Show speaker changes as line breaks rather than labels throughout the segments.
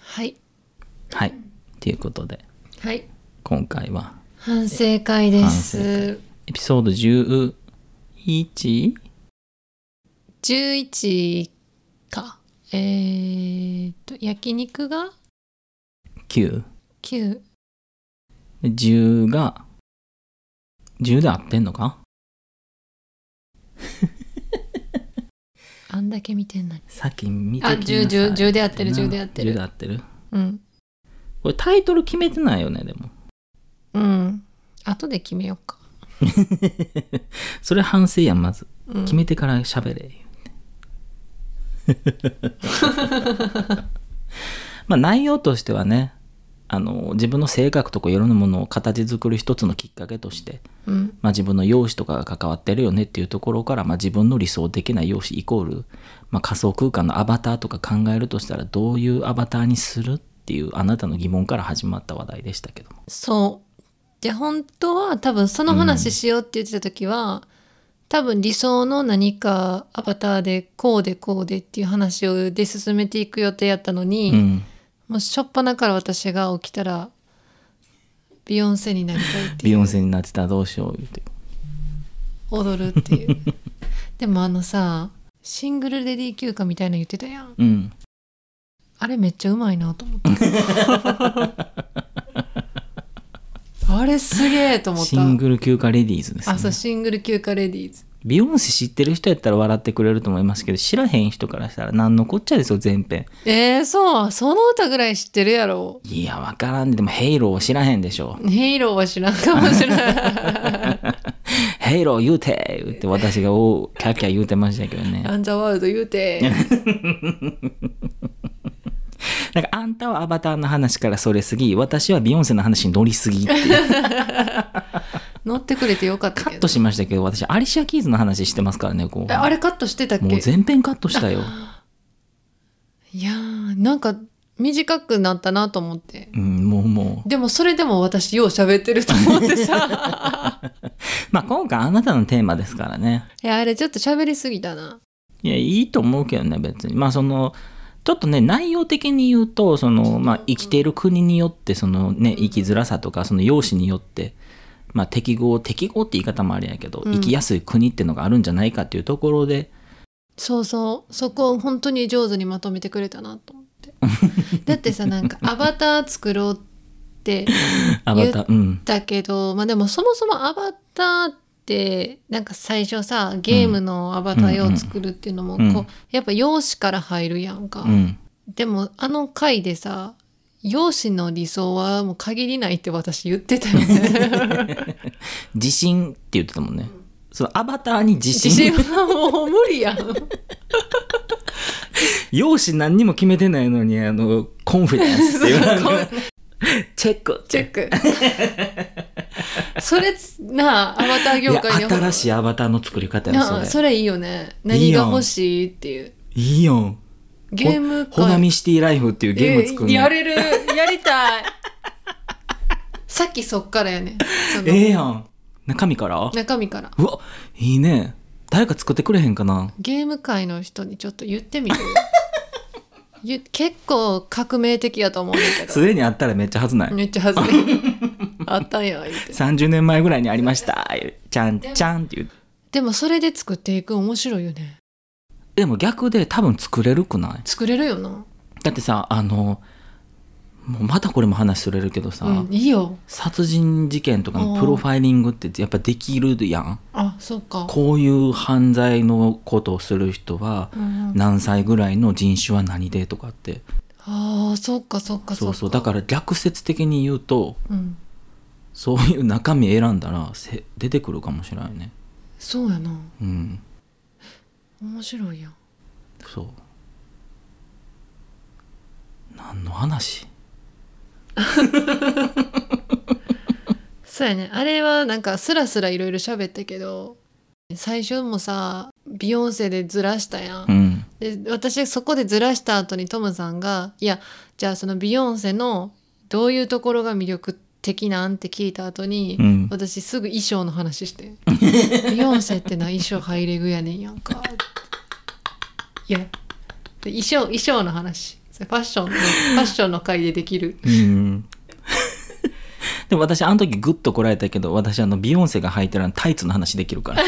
はい
はい。ということで、
はい
今回は
反省会で
反
す
エピソード 11?
11かえー、っと焼肉が
9?
9
で10が、10で合ってん のか
あんだけ見てんのに
さっき見て
あ
きなさい
10 10 10で合ってる10で合ってる
10で合ってる
うん
これタイトル決めてないよね、でも。
うん後で決めようか
それ反省やん、まず。
うん
決めてから喋れ、 言うてまあ内容としてはね、あの、自分の性格とかいろんなものを形作る一つのきっかけとして、
うん
まあ、自分の容姿とかが関わってるよねっていうところから、まあ、自分の理想的な容姿イコール、まあ、仮想空間のアバターとか考えるとしたらどういうアバターにするっていうあなたの疑問から始まった話題でしたけども
そうで本当は多分その話しようって言ってた時は、多分理想の何かアバターでこうでこうでっていう話をで進めていく予定やったのに、
うん
もうしょっぱなから私が起きたらビヨンセになりたいって
ビ
いう
ヨンセになってたらどうしよう言うて
踊るっていうでもあのさシングルレディー休暇みたいなの言ってたやん
うん
あれめっちゃうまいなと思った あれすげえと思った
シングル休暇レディーズです、ね、
あそうシングル休暇レディーズ
ビヨンセ知ってる人やったら笑ってくれると思いますけど知らへん人からしたら何のこっちゃですよ全編
えー、そうその歌ぐらい知ってるやろ
いやわからんででもヘイローを知らへんでしょ
ヘイローは知らんかもしれ ない
ヘイロー言うて言うて私がおうキャッキャ言うてましたけどね
アンザワールド言うて
なんかあんたはアバターの話からそれすぎ私はビヨンセの話に乗りすぎっ ていう
乗ってくれてよかった
カ
け
ッ
ど
トしましたけど私アリシア・キーズの話してますからねこ
えあ
う
れカットしてたっけ
もう全編カッ トしたよ、
いやーなんか短くなったなと思って
うん、もうもう
でもそれでも私よう喋ってると思ってさ
まあ今回あなたのテーマですからね
いやあれちょっと喋りすぎたない
やいいと思うけどね別にまあそのちょっとね内容的に言うとその、まあ、生きている国によってそのね生きづらさとかその容姿によって、まあ、適合適合って言い方もあれやけど、
うん
生きやすい国っていうのがあるんじゃないかっていうところで
そうそうそこを本当に上手にまとめてくれたなと思ってだってさなんかアバター作ろうって
アバターうん
だけどまあでもそもそもアバターってなんか最初さゲームのアバターを作るっていうのもこう、
うんうん
やっぱ容姿から入るやんか、
うん
でもあの回でさ容姿の理想はもう限りないって私言ってたよ ね
自信って言ってたもんねそのアバターに自
自
信
信はもう無理やん
容姿何にも決めてないのにあのコンフィデンスっていう チェック
チェックそれつなあアバター業界
いや新し
い
いアバターの作り方や
な
そ
あ
れ
それいいよね
い
何
い
が
やん
欲しいっていう
いいよん
ゲーム
ホナミシティライフっていうゲーム作るの
えやれるやりたいさっきそっからやねその
ええやん中身から
中身から
うわいいね誰か作ってくれへんかな
ゲーム界の人にちょっと言って みるゆ結構革命的やと思うねんだけ
すでにあったらめっちゃはずない、
どめっちゃ恥ずいあったんや言うて
30年前ぐらいにありましたちゃんちゃんっていう
でもそれで作っていく面白いよね
でも逆で多分作れるくない
作れるよな、
だってさあのもうまたこれも話それるけどさ、
うん、いいよ
殺人事件とかのプロファイリングってやっぱできるやん
あそうか
こういう犯罪のことをする人は
うんうん
何歳ぐらいの人種は何でとかって
ああそうかそうか
そ
そう
う
か
そうだから逆説的に言うと
うん
そういう中身選んだらせ出てくるかもしれないね
そうやな
うん
面白いやん
そう何の話
そうやねあれはなんかスラスラいろいろ喋ったけど最初もさビヨンセでずらしたやん、
うん
で私そこでずらした後にトムさんが「いやじゃあそのビヨンセのどういうところが魅力的なん?」って聞いた後に、
うん
私すぐ衣装の話して 「ビヨンセってな衣装ハイレグやねんやんか」いやで衣装衣装の話それファッションの、ファッションの回でできる。
うん でも私あの時グッとこられたけど私あのビヨンセが履いてるあのタイツの話できる から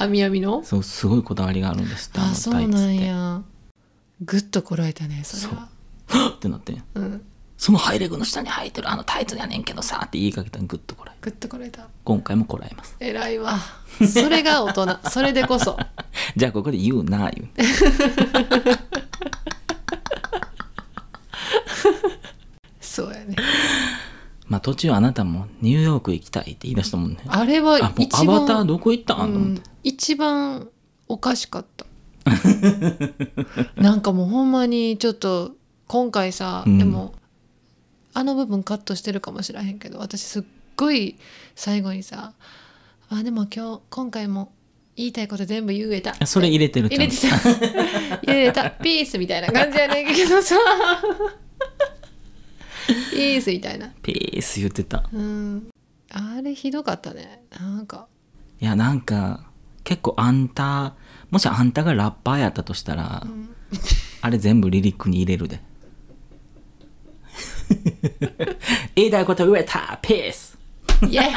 網みの
そうすごいこだわりがあるんですって
あ、
の
そ
タイ
う
ツっ
なん
て
や。ぐっとこらえたね、それは。
ってなって
うん。
そのハイレグの下に履いてるあのタイツやねんけどさって言いかけたらグッとこらえ
ぐっとこらえた。
今回もこらえます
偉いわ。それが大人。それでこそ。
じゃあここで言うな言う
そうやね。
まあ途中あなたもニューヨーク行きたいって言い出したもんね
あれは
あもうア
一
バター
番、
どこ行ったんと
う
思って
ん、一番おかしかった。 なんかもうほんまにちょっと今回さ、
うん
でもあの部分カットしてるかもしらへんけど私すっごい最後にさ「あでも今日今回も言いたいこと全部言えた」
あそれ入れてる
入
ちゃ
れ
んと
てた 入れてたピースみたいな感じやねんけどさピースみたいな
ピース言ってた
うんあれひどかったねなんか
いやなんか結構あんたもしあんたがラッパーやったとしたら、
ん
あれ全部リリックに入れ るで言いたいこと言えたピース
イエ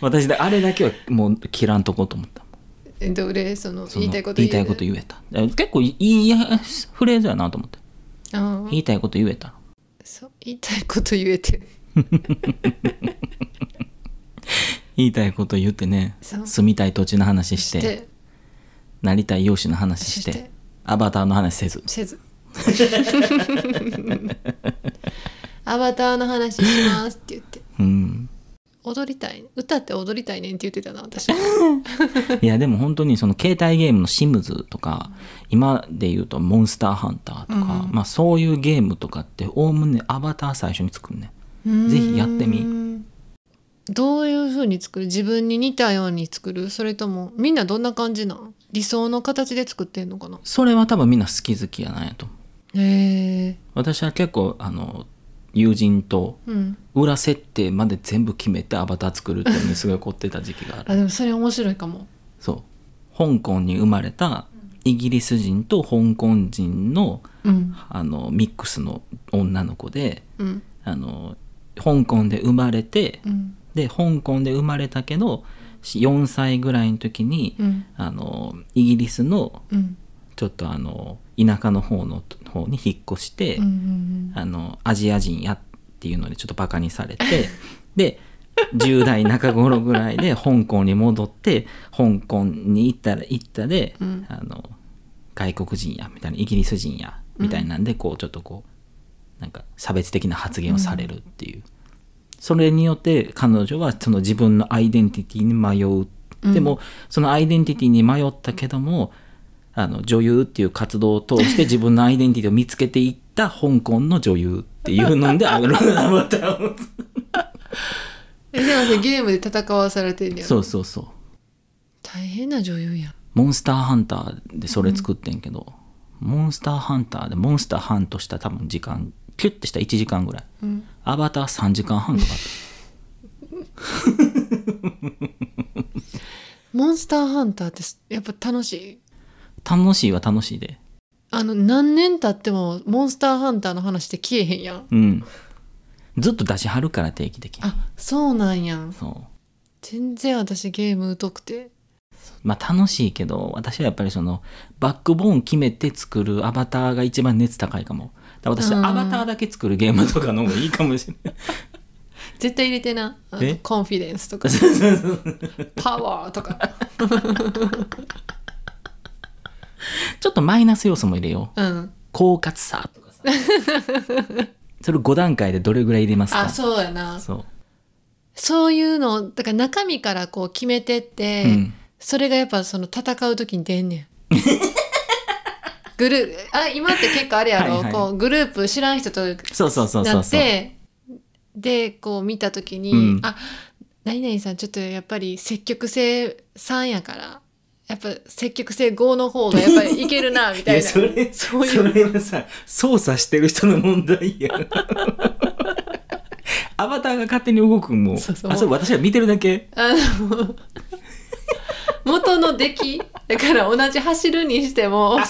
私であれだけはもう切らんとこうと思った
イどれその
その
言いたいこと
言いたいこと言えたえ結構いいフレーズやなと思って
うん
言いたいこと言えた
そう言いたいこと言えて
言いたいこと言ってね
そう
住みたい土地の話して
で
なりたい容姿の話して
して
アバターの話せず
せずアバターの話しますって言って
うん
踊りたい歌って踊りたいねんって言ってたな 私
いやでも本当にその携帯ゲームのシムズとか今で言うとモンスターハンターとか、まあそういうゲームとかっておおむねアバター最初に作るねぜひやってみ
みどういう風に作る自分に似たように作るそれともみんなどんな感じなん理想の形で作ってんのかな
それは多分みんな好き好きやないやと思う
へえ
私は結構あの友人と
うん
裏設定まで全部決めてアバター作るっていうのにすごい凝ってた時期がある
あでもそれ面白いかも
そう香港に生まれたイギリス人と香港人の
うん
あのミックスの女の子で
うん
あの香港で生まれて
うん
で香港で生まれたけど4歳ぐらいの時に、
うん
あのイギリスの
うん
ちょっとあの田舎の方の方に引っ越して、
うんうん
あのアジア人やっていうのでちょっとバカにされて で10代中頃ぐらいで香港に戻って香港に行ったら行ったで、
うん
あの外国人やみたいなイギリス人やみたいなんでこうちょっとこうなんか差別的な発言をされるっていう、それによって彼女はその自分のアイデンティティに迷う、でもそのアイデンティティに迷ったけどもあの女優っていう活動を通して自分のアイデンティティを見つけていった香港の女優っていうのであのアバターを
えでもそれゲームで戦わされてんねやろ
そうそうそう
大変な女優やん
モンスターハンターでそれ作ってんけど、モンスターハンターでモンスターハントした多分時間キュッてした1時間ぐらい、
ん
アバター3時間半かかっ
モンスターハンターってすやっぱ楽しい
た楽しいは楽しいで
あの何年経ってもモンスターハンターの話って消えへんやん
うんずっと出しはるから定期的に
あそうなんやん
そう
全然私ゲーム疎くて
まあ楽しいけど私はやっぱりそのバックボーン決めて作るアバターが一番熱高いかもだから私
うん
アバターだけ作るゲームとかの方がいいかもしれ ない
絶対入れてなあの
え
コンフィデンスとか パワーとか
ちょっとマイナス要素も入れよう
うん
狡猾さ とかさそれ5段階でどれぐらい入れますか
あそうやな
そう
そういうのだから中身からこう決めてって、
うん
それがやっぱその戦う時に出んねんグル ーあ今って結構あれやろ
はいはい
こうグループ知らん人と
そうそうそうそ
な
う
っ
そう
てでこう見た時に、
うん
あ何々さんちょっとやっぱり積極性3やからやっぱ積極性5の方がやっぱりいけるなみたい な
れ
そういう
れはさ操作してる人の問 題やアバターが勝手に動くんも
そうそう
あそれ私は見てるだけ
あの元の出来だから同じ走るにしても
あ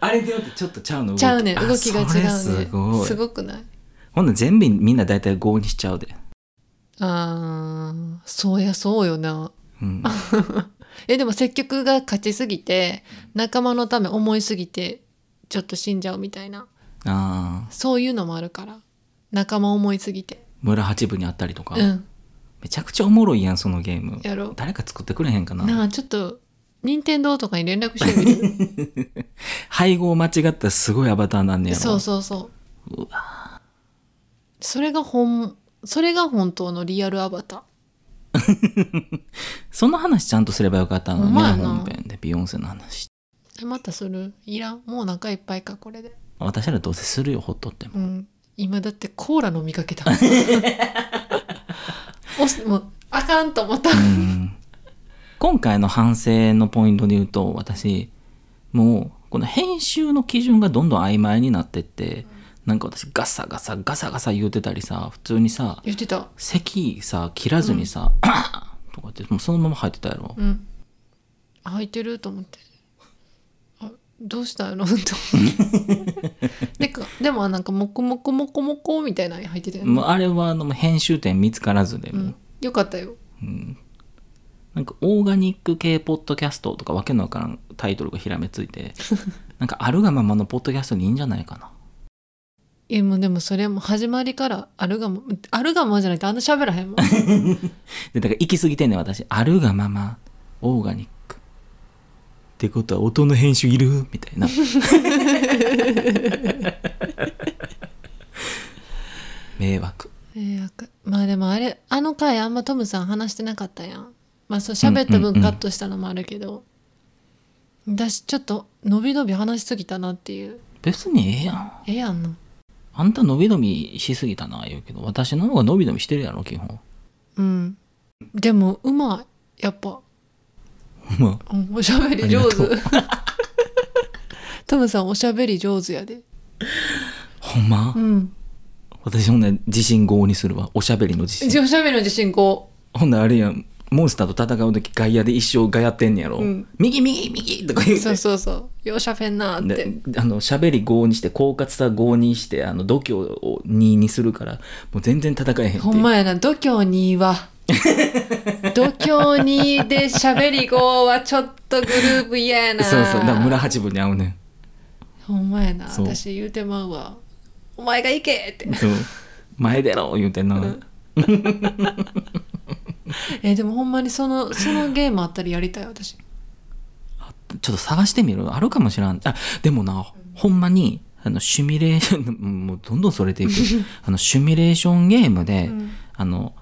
あれでよってちょっとちゃうの動き
ちゃうねん
あ
動きが違うねん
それすごい
すごくない
ほんなら全部みんな大体5にしちゃうで、
あーそうやそうよな
うん、
えでも積極が勝ちすぎて仲間のため思いすぎてちょっと死んじゃうみたいな
あー
そういうのもあるから仲間思いすぎて
村八部にあったりとか、
うん
めちゃくちゃおもろいやんそのゲーム
やろ
誰か作ってくれへんか
う
な
なあちょっと任天堂とかに連絡して みる
配合間違ったらすごいアバターなんねやろ
そうそうそうそれが本それが本当のリアルアバター
その話ちゃんとすればよかったのにね
ほんまやな
本編でビヨンセの話
えまたするいらんもうお腹いっぱいかこれで
私らどうせするよほっとっても
うん今だってコーラ飲みか けたおすもうあかんと思った
うん今回の反省のポイントで言うと私もうこの編集の基準がどんどん曖昧になってって、なんか私ガサガサガサガサ言うてたりさ普通にさ
言ってた
咳さ切らずにさ 「とかってもうそのまま入ってたやろ、
うん開いてると思ってあどうしたのと思っ てでかでもあなんかモコモコモコモコみたいなの入ってたよね、
もうあれはあのもう編集点見つからずで
う
もう、
ん、よかったよ
うんなんかオーガニック系ポッドキャストとかわけのわからんタイトルがひらめつ いてなんかあるがままのポッドキャストにいいんじゃないかない
やもうでもそれも始まりからあるがまあるがままじゃないとあんな喋らへんもん
でだから行き過ぎてんねん私あるがままオーガニックってことは音の編集いるみたいな 迷惑
迷惑まあでもあれあの回あんまトムさん話してなかったやんまあそう喋った
うんうんう
分
ん
カットしたのもあるけど、私ちょっと伸び伸び話しすぎたなっていう
別にええやん
ええやんの
あんた伸び伸びしすぎたな言うけど私の方が伸び伸びしてるやろ基本
うんでもうまいやっぱ
まあ
うんおしゃべり上手トムさんおしゃべり上手やで
ほんま、
うん
私ほんなら自信5にするわおしゃべりの自信
じゃあおしゃべりの自信こ
ほんならあれやんモンスターと戦う時外野で一生ガヤってんねやろ、
うん
右右右とか言う
う
て
そうそうそうようしゃべんなーって
であの喋り5にして狡猾さ5にしてあの度胸を2にするからもう全然戦えへんっていう
ほんまやな度胸に は度胸にでしゃべり語はちょっとグループ嫌やな
そうそうだから村八分に合うね
ほんまやな
そう
私言うてまうわお前が行けって
んそう前出ろ言うてんな、
えでもほんまにそのそのゲームあったりやりたい私
ちょっと探してみるあるかもしらんあでもなほんまにあのシミュレーション もうどんどんそれ ていくあのシミュレーションゲームで、
ん
あの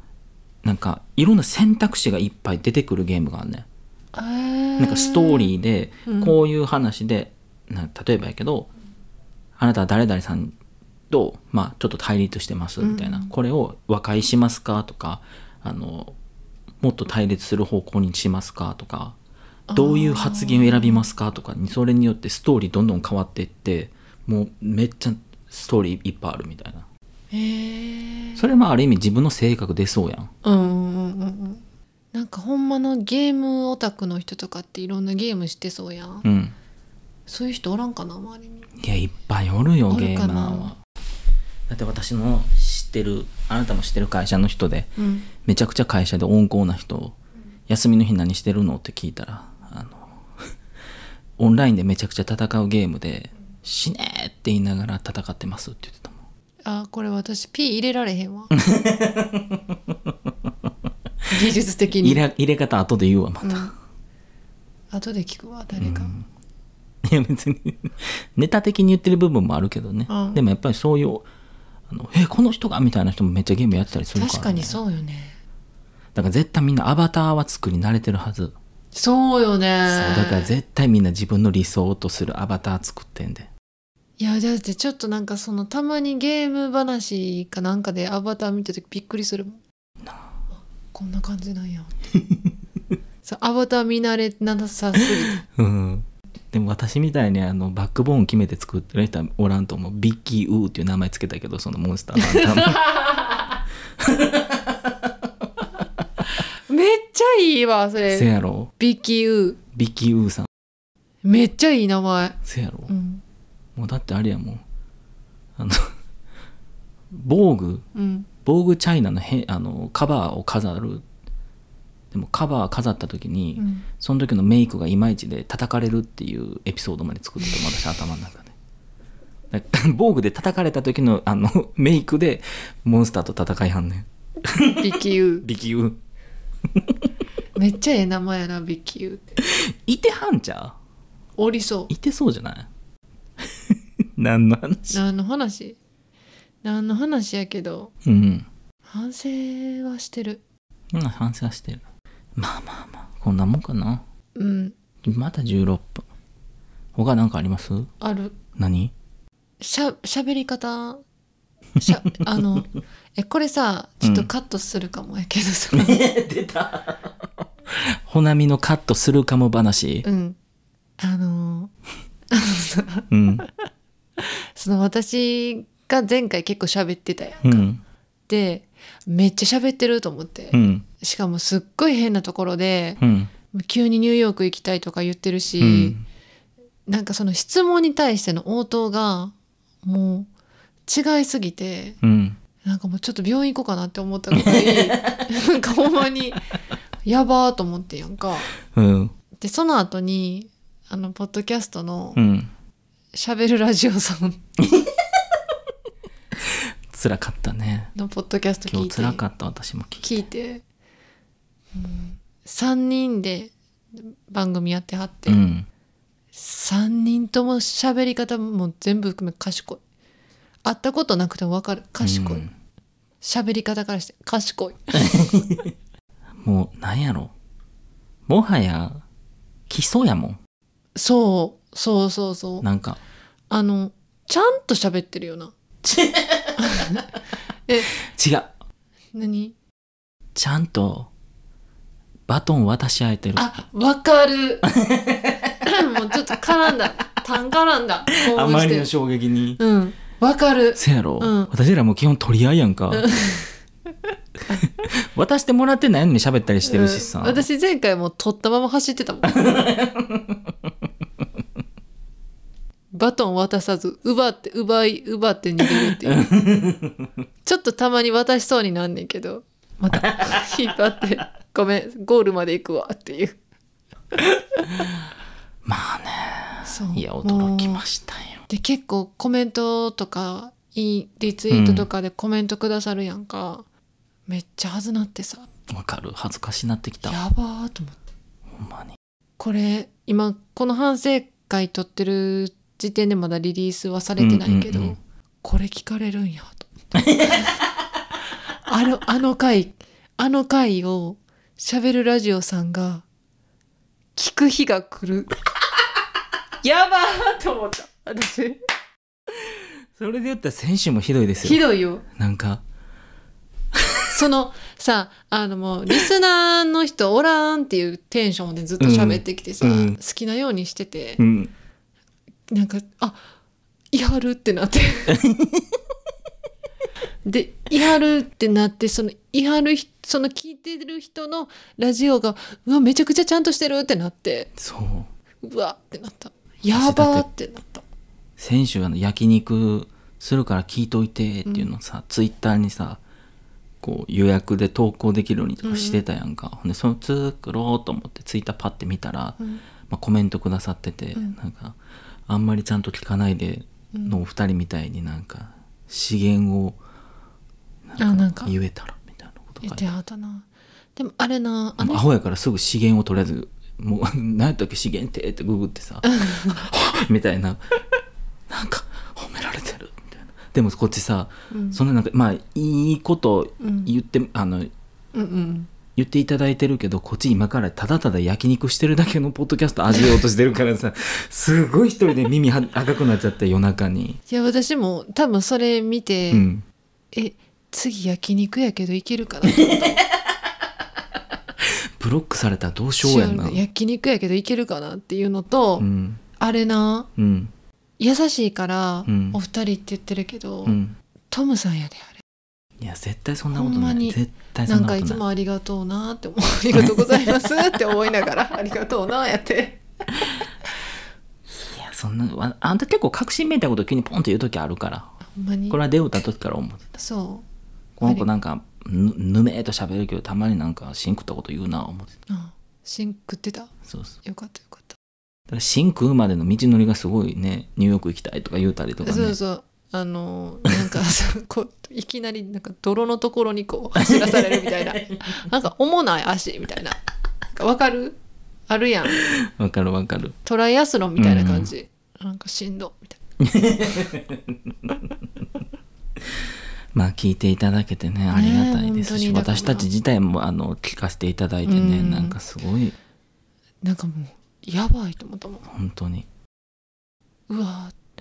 なんかいろんな選択肢がいっぱい出てくるゲームがあるねん
な
なんかストー
ー
リーで
うん
こういう話で、な例えばやけどあなたは誰々さんと、まあ、ちょっと対立してますみたいな、
うん
これを和解しますかとかあのもっと対立する方向にしますかとかどういう発言を選びますかとかにそれによってストーリーどんどん変わっていってもうめっちゃストーリーいっぱいあるみたいな
へえ
それもある意味自分の性格出そうやん
うんうんうんうんうんなんかほんまのゲームオタクの人とかっていろんなゲームしてそうやん、
うん
そういう人おらんかな周りに
いやいっぱいおるよ
お
ゲー
るかな
マーはだって私の知ってるあなたも知ってる会社の人で
うん
めちゃくちゃ会社で温厚な人休みの日何してるのって聞いたらあの オンラインでめちゃくちゃ戦うゲームで「死ね!」って言いながら戦ってますって言ってたもん
あこれ私 P 入れられへんわ 技術的に
入れ入れ方後で言うわま た、
うん、後で聞くわ誰か、
いや別に ネタ的に言ってる部分もあるけどね、
うん
でもやっぱりそういうあの「えこの人が?」みたいな人もめっちゃゲームやってたりするから、ね、
確かにそうよね
だから絶対みんなアバターは作り慣れてるはず
そうよね
そうだから絶対みんな自分の理想とするアバター作ってんで
いやだってちょっとなんかそのたまにゲーム話かなんかでアバター見た時びっくりするもんあこんな感じなんや そうアバター見慣れなさすぎて
うんでも私みたいにあのバックボーン決めて作ってる人はおらんと思うビッキー・ウーっていう名前つけたけどそのモンスターの 頭
めっちゃいいわそ
せ
れ
やろ
ビキウー
ビッキー・ウーさん
めっちゃいい名前。
せやろ、
うん。
もうだってあれやもんあの防具
うん。
防具チャイナのへあのカバーを飾るでもカバー飾った時に、
うん
その時のメイクがいまいちで叩かれるっていうエピソードまで作ってたもん私頭の中で。 だ防具で叩かれた時のあの メイクでモンスターと戦いはんね
ビキュ
ん力優
ー。めっちゃええ名前やな、ビキューって。
いてはんちゃ
おりそう
いてそうじゃない 何の
う。
話
何の話何の話やけど、
うん
反省はしてる。
うん反省はしてるまあまあまあこんなもんかな
うん。
また16分他何かあります
ある。
何
しゃ、喋り方、し ゃ、あの、え、これさ、ちょっとカットするかもやけど さ。
出たほなみのカットするかも話
うん。あの、あのさ、
うん
その私が前回結構喋ってたやん。
うん
で、めっちゃ喋ってると思って
う。ん
しかもすっごい変なところで、
うん
急にニューヨーク行きたいとか言ってるし、
うん
なんかその質問に対しての応答が、もう違いすぎて、
うん
なんかもうちょっと病院行こうかなって思ったぐら いなんかほんまにやばーと思ってやんか
うん
でその後にあのポッドキャストの
うん
「しゃべるラジオ」さん
つらかったね
のポッドキャスト聞
今日
い
つらか
て
った私も聞
聞
い
いて、3人で番組やってはって、
てうん
3人とも喋り方も全部含め賢い会ったことなくても分かる賢
う
い
ん
喋、り方からして賢い
もうなんやろもはや基礎やもん
そうそうそうそう
なんか
あの、ちゃんと喋ってるよな。え、
違う
何
ちゃんとバトン渡し合えてる
あ、わか る。もうちょっと絡んだ。単絡んだ。興奮してる
衝撃に
うん。わかる。
せやろ、
うん
私らもう基本取り合いやんか 渡してもらってないのに喋ったりしてるしさ、
うん私前回もう取ったまま走 ってたもん。バトン渡さず、奪って、奪い、奪って逃げるっていう。 ちょっとたまに渡しそうになんねんけど、また引っ張って、ごめん、ゴールまで行くわっていう。
まあね
そう
いや驚き
もう
ましたよ
で結構コメントとかいいリツイートとかでコメントくださるやんか、めっちゃはずなってさ
わかる恥ずかしなってきた
やばーと思って
ほんまに
これ今この反省会撮ってる時点でまだリリースはされてないけど、
うんうんうん
これ聞かれるんやと思ってあのあの回あの回をしゃべるラジオさんが聞く日が来るやばーと思った私
それで言ったら選手もひどいです
ひ
よ
どいよ
なんか
そのさあのもうリスナーの人おらんっていうテンションでずっと喋ってきてさ、
うんうん
好きなようにしてて
う、ん
なんかあいはるって なってでいはるってなってそのいはるひその聞いてる人のラジオがうわめちゃくちゃちゃんとしてるってなって
そう
うわってなったやばーってなった
選手が焼肉するから聞いといてっていうのをさ、ツイッターにさこう予約で投稿できるようにとかしてたやんか、ほんでその作ろうと思ってツイッターパッて見たら、
うん
まあ、コメントくださってて、
うん
なんかあんまりちゃんと聞かないでのお二人みたいになんか資源を
あなんか
言えたらみたいなこと
言
書
っ
いて
てはったなでもあれなあ
もう
の
アホやからすぐ資源をとりあえずもう 何やったっけ資源ってってググってさ みたいななんか褒められてるみたいなでもこっちさ、
うん
そんななんかまあいいこと
うん
言って、あ
う
の
んうん
言っていただいてるけどこっち今からただただ焼肉してるだけのポッドキャスト味ようとしてるか らさすごい一人で耳は赤くなっちゃって夜中に、
いや私も多分それ見て、
うん、
え次焼肉やけどいけるかな
ブロックされたらどうしようやんな
焼肉やけどいけるかなっていうのと、
うん
あれな
うん
優しいから
うん
お二人って言ってるけど、
うん
トムさんやであ
いや絶対そんなこと
ほん
な
ま
い
に
絶対
れな
そ
んん
な
かい
こ
つ
と
も
ない
ありがとう な って思うありがとうございますって思いながらありがとうなやって
そんなああんた結構確信めいたこと急にポンと言う時あるから
ほんまに
これは出会うた時から思ってた
そう
この子なんかぬぬめーっと喋るけどたまになんかシンクったこと言うな思ってた
あシン食ってた
そうそう
よかったよかった
だからシンクうまでの道のりがすごいねニューヨーク行きたいとか言うたりとかね
そうそうあのーなんか そうこういきなりなんか泥のところにこう走らされるみ たいななんか重ない足みたいななんかわかるあるやん
わかるわかる
トライアスロンみたいな感じ、なんかしんどみたい
まあ聞いていただけてねありがたいですし、
本当にだから
私たち自体もあの聞かせていただいてね、
うん
なんかすごい
ななんかもうやばいと思ったもん
本当に
うわー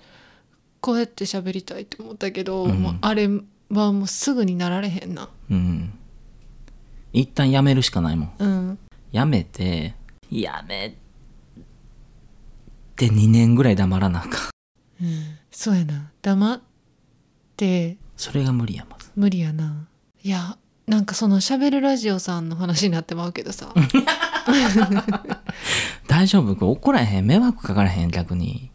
こうやって喋りたいって思ったけど、
うん
もうあれはもうすぐになられへんな
うん一旦やめるしかないもん
うん
やめてやめて2年ぐらい黙らなあかん
そうやな黙って
それが無理やまず
無理やないやなんかそのしゃべるラジオさんの話になってまうけどさ
大丈夫これ怒らへん迷惑かからへん逆に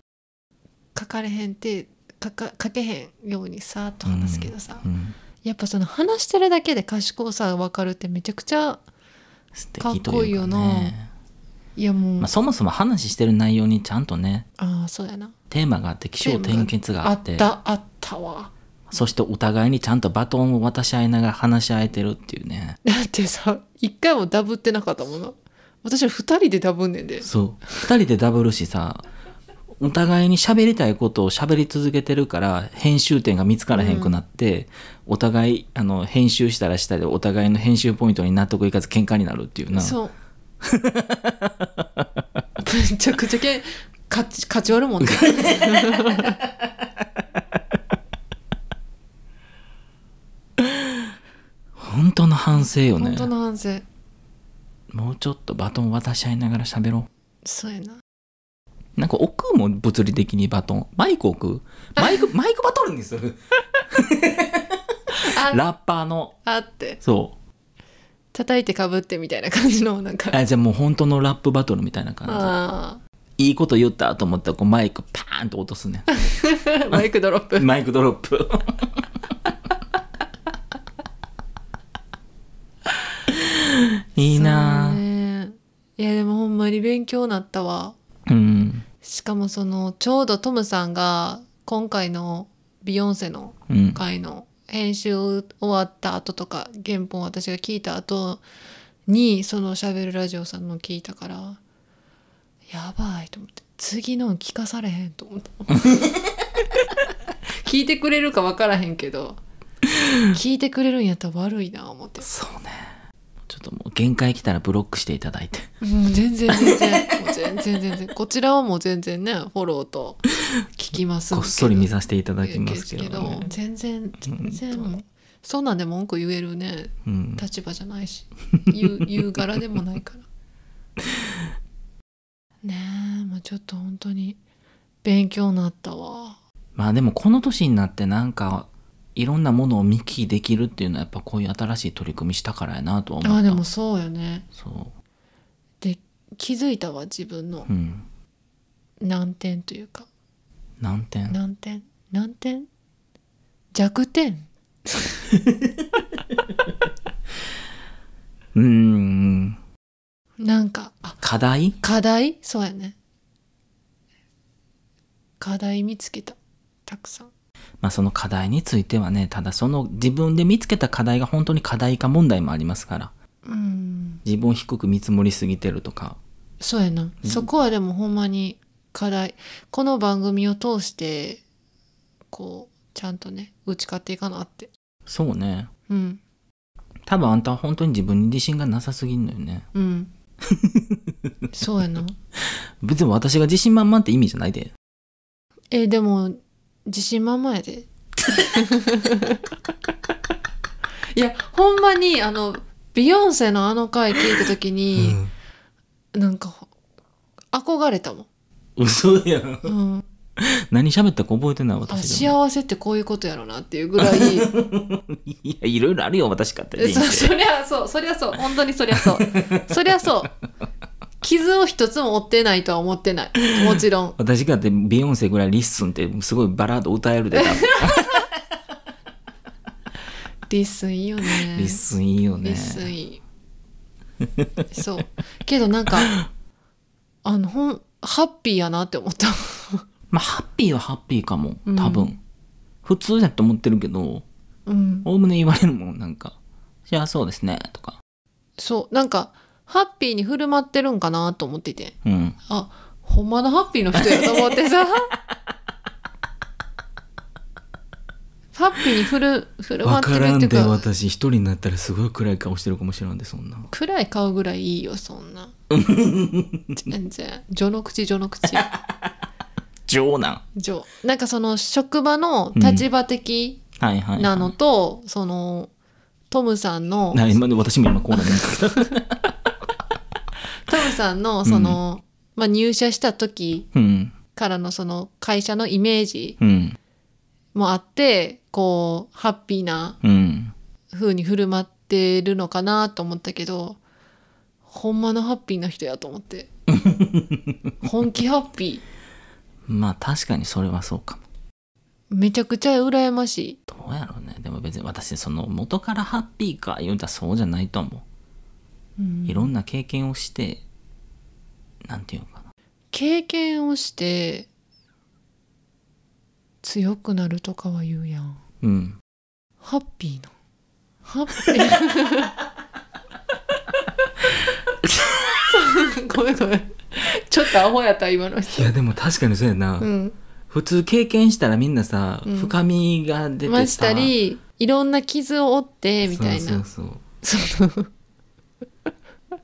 書かれへんって書か書けへんようにさーっと話すけどさ、
うん
やっぱその話してるだけで賢さが分かるってめちゃくちゃ
素
かっ
敵というか、ね、
こいいよないいやもう、
まあ、そもそも話してる内容にちゃんとね
ああそうやな
テーマがあって起承転結があ
あ
っ
ってたあったわ
そしてお互いにちゃんとバトンを渡し合いながら話し合えてるっていうね
だってさ一回もダブってなかったもんな私は二人でダブんねんで
そう2人でダブルしさお互いに喋りたいことを喋り続けてるから編集点が見つからへんくなって、お互いあの編集したらしたでお互いの編集ポイントに納得いかず喧嘩になるっていうな
そうめちゃくちゃけん勝ち勝ち割るもんね
本当の反省よ
本
ね
当の反省
もうちょっとバトン渡し合いながら喋ろ
そうやな
うなんか置くもん物理的にバトンマイク置くマ イクマイクバトルにする
あ
ラッパーの
あって
そう
叩いてかぶってみたいな感じのなんか
あじゃあもう本当のラップバトルみたいな感
あ
じいいこと言ったと思ったらこうマイクパーンと落とすね
ー マイクドロップ
マイクドロップ いいな
そう
ぁ
ねいやでもほんまに勉強になったわ
うん
しかもそのちょうどトムさんが今回のビヨンセの
うん
回の編集終わった後とか原本を私が聞いた後にそのしゃべるラジオさんの聞いたからやばいと思って次の聞かされへんと思った 聞いてくれるか分からへんけど聞いてくれるんやったら悪いな思って
そうねちょっともう限界来たらブロックしていただいて
もう全然全然もう全然全然こちらはもう全然ねフォローと聞きますけ
こ
ど
っそり見させていただきますけど
で
ね
すけど全然全然もうそんなんで文句言えるね
うん
立場じゃないし言 う言う柄でもないからねえもうちょっと本当に勉強になったわ
まあでもこの年になってなんかいろんなものを見聞きできるっていうのはやっぱこういう新しい取り組みしたからやなとは思った
あでもそうよね
そ
で気づいたわ自分の
ううん
難点というか
難点
難点難点弱点
うーん
なんかあ
課題
課題そうやね課題見つけたたくさん
まあその課題についてはねただその自分で見つけた課題が本当に課題か問題もありますから
うん
自分を低く見積もりすぎてるとか
そうやな、そこはでもほんまに課題この番組を通してこうちゃんとね打ち勝っていかなって
そうね
うん
多分あんたは本当に自分に自信がなさすぎんのよね
うん そうやな
別に私が自信満々って意味じゃないで
えでも自信満々やで いやほんまにあのビヨンセのあの回聞いた時に、なんか憧れたもん、
嘘やん
うん、
何喋ったか覚えてない
あ
私でも
幸せってこういうことやろなっていうぐらい
いやいろいろあるよ私かって
え
人
そそ
生
りゃそうそりゃそう本当にそりゃそうそりゃそう傷を一つも負ってないとは思ってないもちろん
私がってビヨンセぐらいリッスンってすごいバラード歌えるで多分
リッスンいいよね
リッスンいいよね
リッスンいいそうけどなんかあのほんハッピーやなって思った
まあハッピーはハッピーかも
うん
多分、普通だと思ってるけど
うん
おおむね言われるもんなんか「じゃあそうですね」とか
そうなんかハッピーに振る舞ってるんかなと思ってて
うん
あほんまのハッピーの人やと思って さハッピーに振る振る舞
わ
って
か
る
ら
っ
ん
てい
で
うか
私一人になったらすごい暗い顔してるかもしれんでそんな
暗い顔ぐらいいいよそんな全然序の口序の口
情なん
序なんかその職場の立場的
はいはい、はい、
なのと、そのトムさんの
な今で私も今こうなりました
トムさんのその、まあ、入社した時
うん
からのその会社のイメージ
うん
もあってこうハッピーな
うん
風に振る舞ってるのかなと思ったけどほんまのハッピーな人やと思って本気ハッピ
まあ確かにそれはそうか
ー
も
めちゃくちゃ羨ましい
どうやろうねでも別に私その元からハッピーか言うたらそうじゃないと思
う
うんいろんな経験をしてなんていうのかな
経験をして強くなるとかは言うやん
うん
ハッピーなハッ ピーそうごめんごめんちょっとアホやった今の
い
人
やでも確かにそうやな、
うん
普通経験したらみんなさ、
うん
深みが出て
ま
さ
したりいろんな傷を負ってみたい
そう
な
そうそう
その
い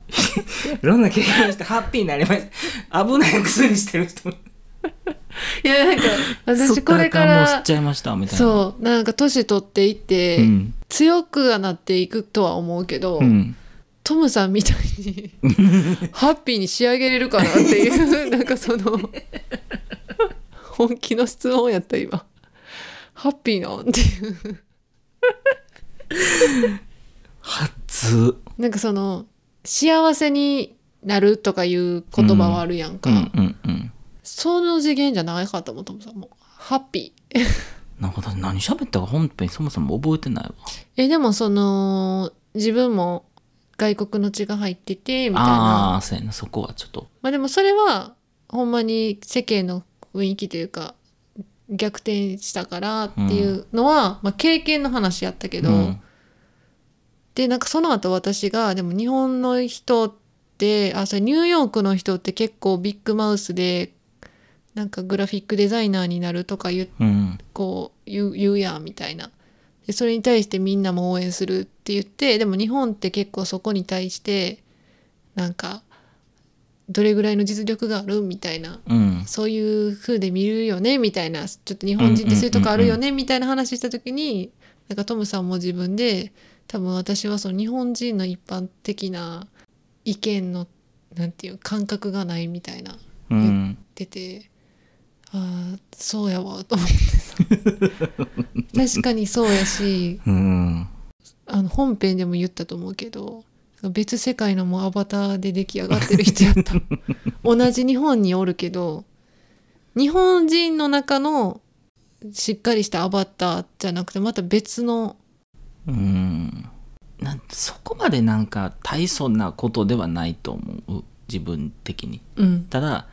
ろんな経験してハッピーになりました危ない薬してる人
いやなんか私これか
そっもう吸っ
ら
ちゃいましたみたいなう、
そうなんか年取っていって、
ん
強くはなっていくとは思うけど、
うん、
トムさんみたいにハッピーに仕上げれるかなっていうなんかその本気の質問やった今ハッピーなんっていう
初
なんかその幸せになるとかいう言葉はあるやん
う
か、
んうんうん
その次元じゃないかと思うトムさんもハッピー
なんか私何喋ったか本編そもそも覚えてないわ
えでもその自分も外国の血が入っててみたいな
ああーそうやなそこはちょっと
まあでもそれはほんまに世間の雰囲気というか逆転したからっていうのは、まあ、経験の話やったけど、
うん
でなんかその後私がでも日本の人ってあそれニューヨークの人って結構ビッグマウスでなんかグラフィックデザイナーになるとか言う
うん
こう言う言うやんみたいなでそれに対してみんなも応援するって言ってでも日本って結構そこに対してなんかどれぐらいの実力があるみたいな
うん
そういう風で見るよねみたいなちょっと日本人ってそういうとこあるよねみたいな話した時になんかトムさんも自分で多分私はその日本人の一般的な意見のなんていう感覚がないみたいな
うん
っててああそうやわと思ってさ確かにそうやし
うん
あの本編でも言ったと思うけど別世界のもうアバターで出来上がってる人やった同じ日本におるけど日本人の中のしっかりしたアバターじゃなくてまた別の
うんなんそこまでなんか大層なことではないと思う自分的に
うん
ただ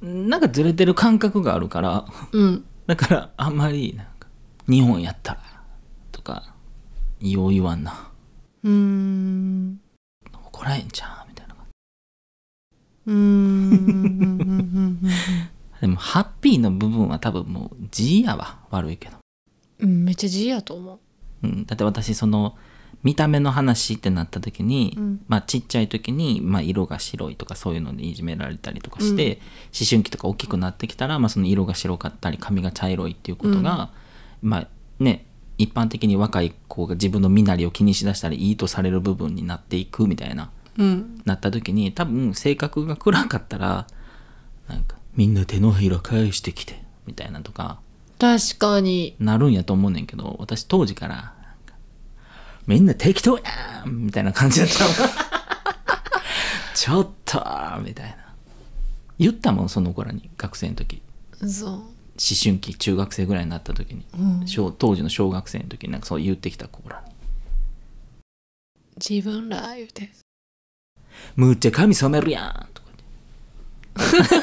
なんかずれてる感覚があるから
うん
だからあんまりなんか日本やったらとかよう言わんな
うーん
怒らへんちゃうみたいな
うーんうんうんうん
でもハッピーの部分は多分もう G やわ悪いけど、
うんうんめっちゃ G やと思
うん、だって私その見た目の話ってなった時に、
う、うん、
まあ、ちっちゃい時に、まあ、色が白いとかそういうのでいじめられたりとかして、
うん
思春期とか大きくなってきたら、まあ、その色が白かったり髪が茶色いっていうことが、まあね一般的に若い子が自分の身なりを気にしだしたりいいとされる部分になっていくみたいな
うん、
なった時に多分性格が暗かったらなんかみんな手のひら返してきてみたいなとか
確かに
なるんやと思うねんけど私当時からなんかみんな適当やんみたいな感じだったのちちょっとみたいな言ったもんその子らに学生の時
そう
思春期中学生ぐらいになった時に、
うん
小当時の小学生の時になんかそう言ってきた子らに
自分ら言うて
「むっちゃ髪染めるやん」とか言って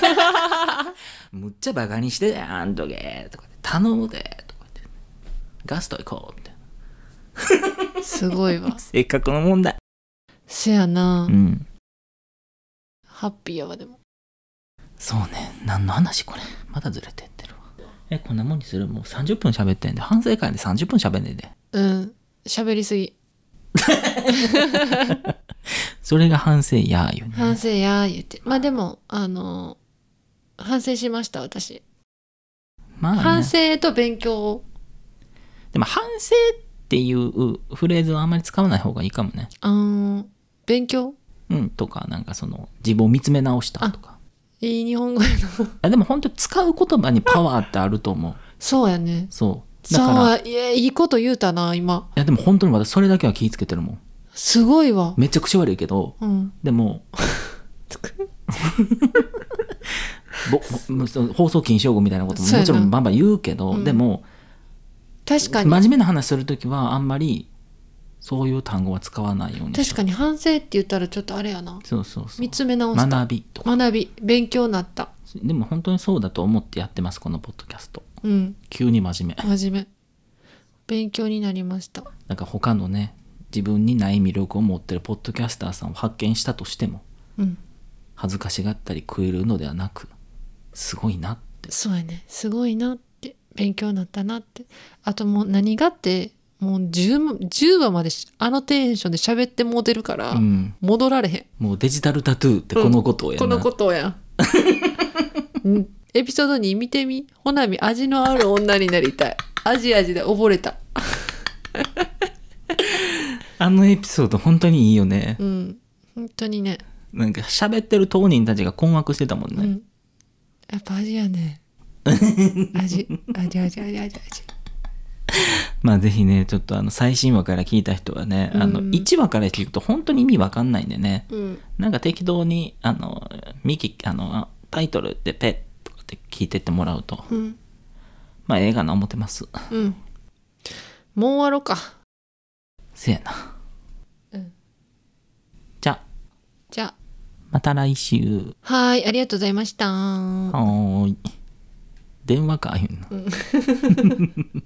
「むっちゃバカにしてたやんとけ」とか言って「頼むで」とか言って「ガスト行こう」みたいな
すごいわ
性格の問題
せやな、
うん
ハッピーやわでも
そうね何の話これまだずれてってるわえこんなもんにするもう30分喋ってんで反省会で30分喋んねんで
うん喋りす ぎ
それが反省やーよね
反省やー言ってまあでもあの反省しました私
まあね、
反省と勉強
でも反省っていうフレーズはあんまり使わない方がいいかもね
あー勉強
うんとかなんかその自分を見つめ直したとか
いい日本語やな
あでも本当使う言葉にパワーってあると思う
そうやね
そうだからい
そういやいいこと言うたな今
やでも本当にまだそれだけは気ぃつけてるもん
すごいわ
めっちゃ口悪いけど
うん
でもぼぼもうその放送禁止用語みたいなことも
そうや
も
な
ちろんバンバン言うけど、
うん
でも
確か
真
に
面目な話するときはあんまりそういう単語は使わないように
確か
に
に反省って言ったらちょっとあれやな
そうそうそう
見つめ直した
学びとか
学び勉強になった
でも本当にそうだと思ってやってますこのポッドキャスト
うん
急に真面目
真面目勉強になりました
なんか他のね自分にない魅力を持ってるポッドキャスターさんを発見したとしても
うん
恥ずかしがったり食えるのではなくすごいなって
そうやねすごいなって勉強になったなってあともう何がってもう 10, 10話までしあのテンションで喋ってモテるから、
うん
戻られへん
もうデジタルタトゥーってこのことをや
こ
な、
のことや んうんエピソード2見てみほなみ味のある女になりたいアジアジで溺れた
あのエピソード本当にいいよね
う、ん本当にね
なんか喋ってる当人たちが困惑してたもんね、
うんやっぱアジや ね味味味味味味
まあぜひねちょっとあの最新話から聞いた人はね、あの
うん
1話から聞くと本当に意味わかんないんでね、
うん
なんか適当にあのミキあのあタイトルで「ペッ」とかって聞いてってもらうと
うん
まあええかな思ってます
うんもう終わろうか
せやな
うん
じゃ
じゃ
あまた来週
あはーいありがとうございました
はーい電話か言うな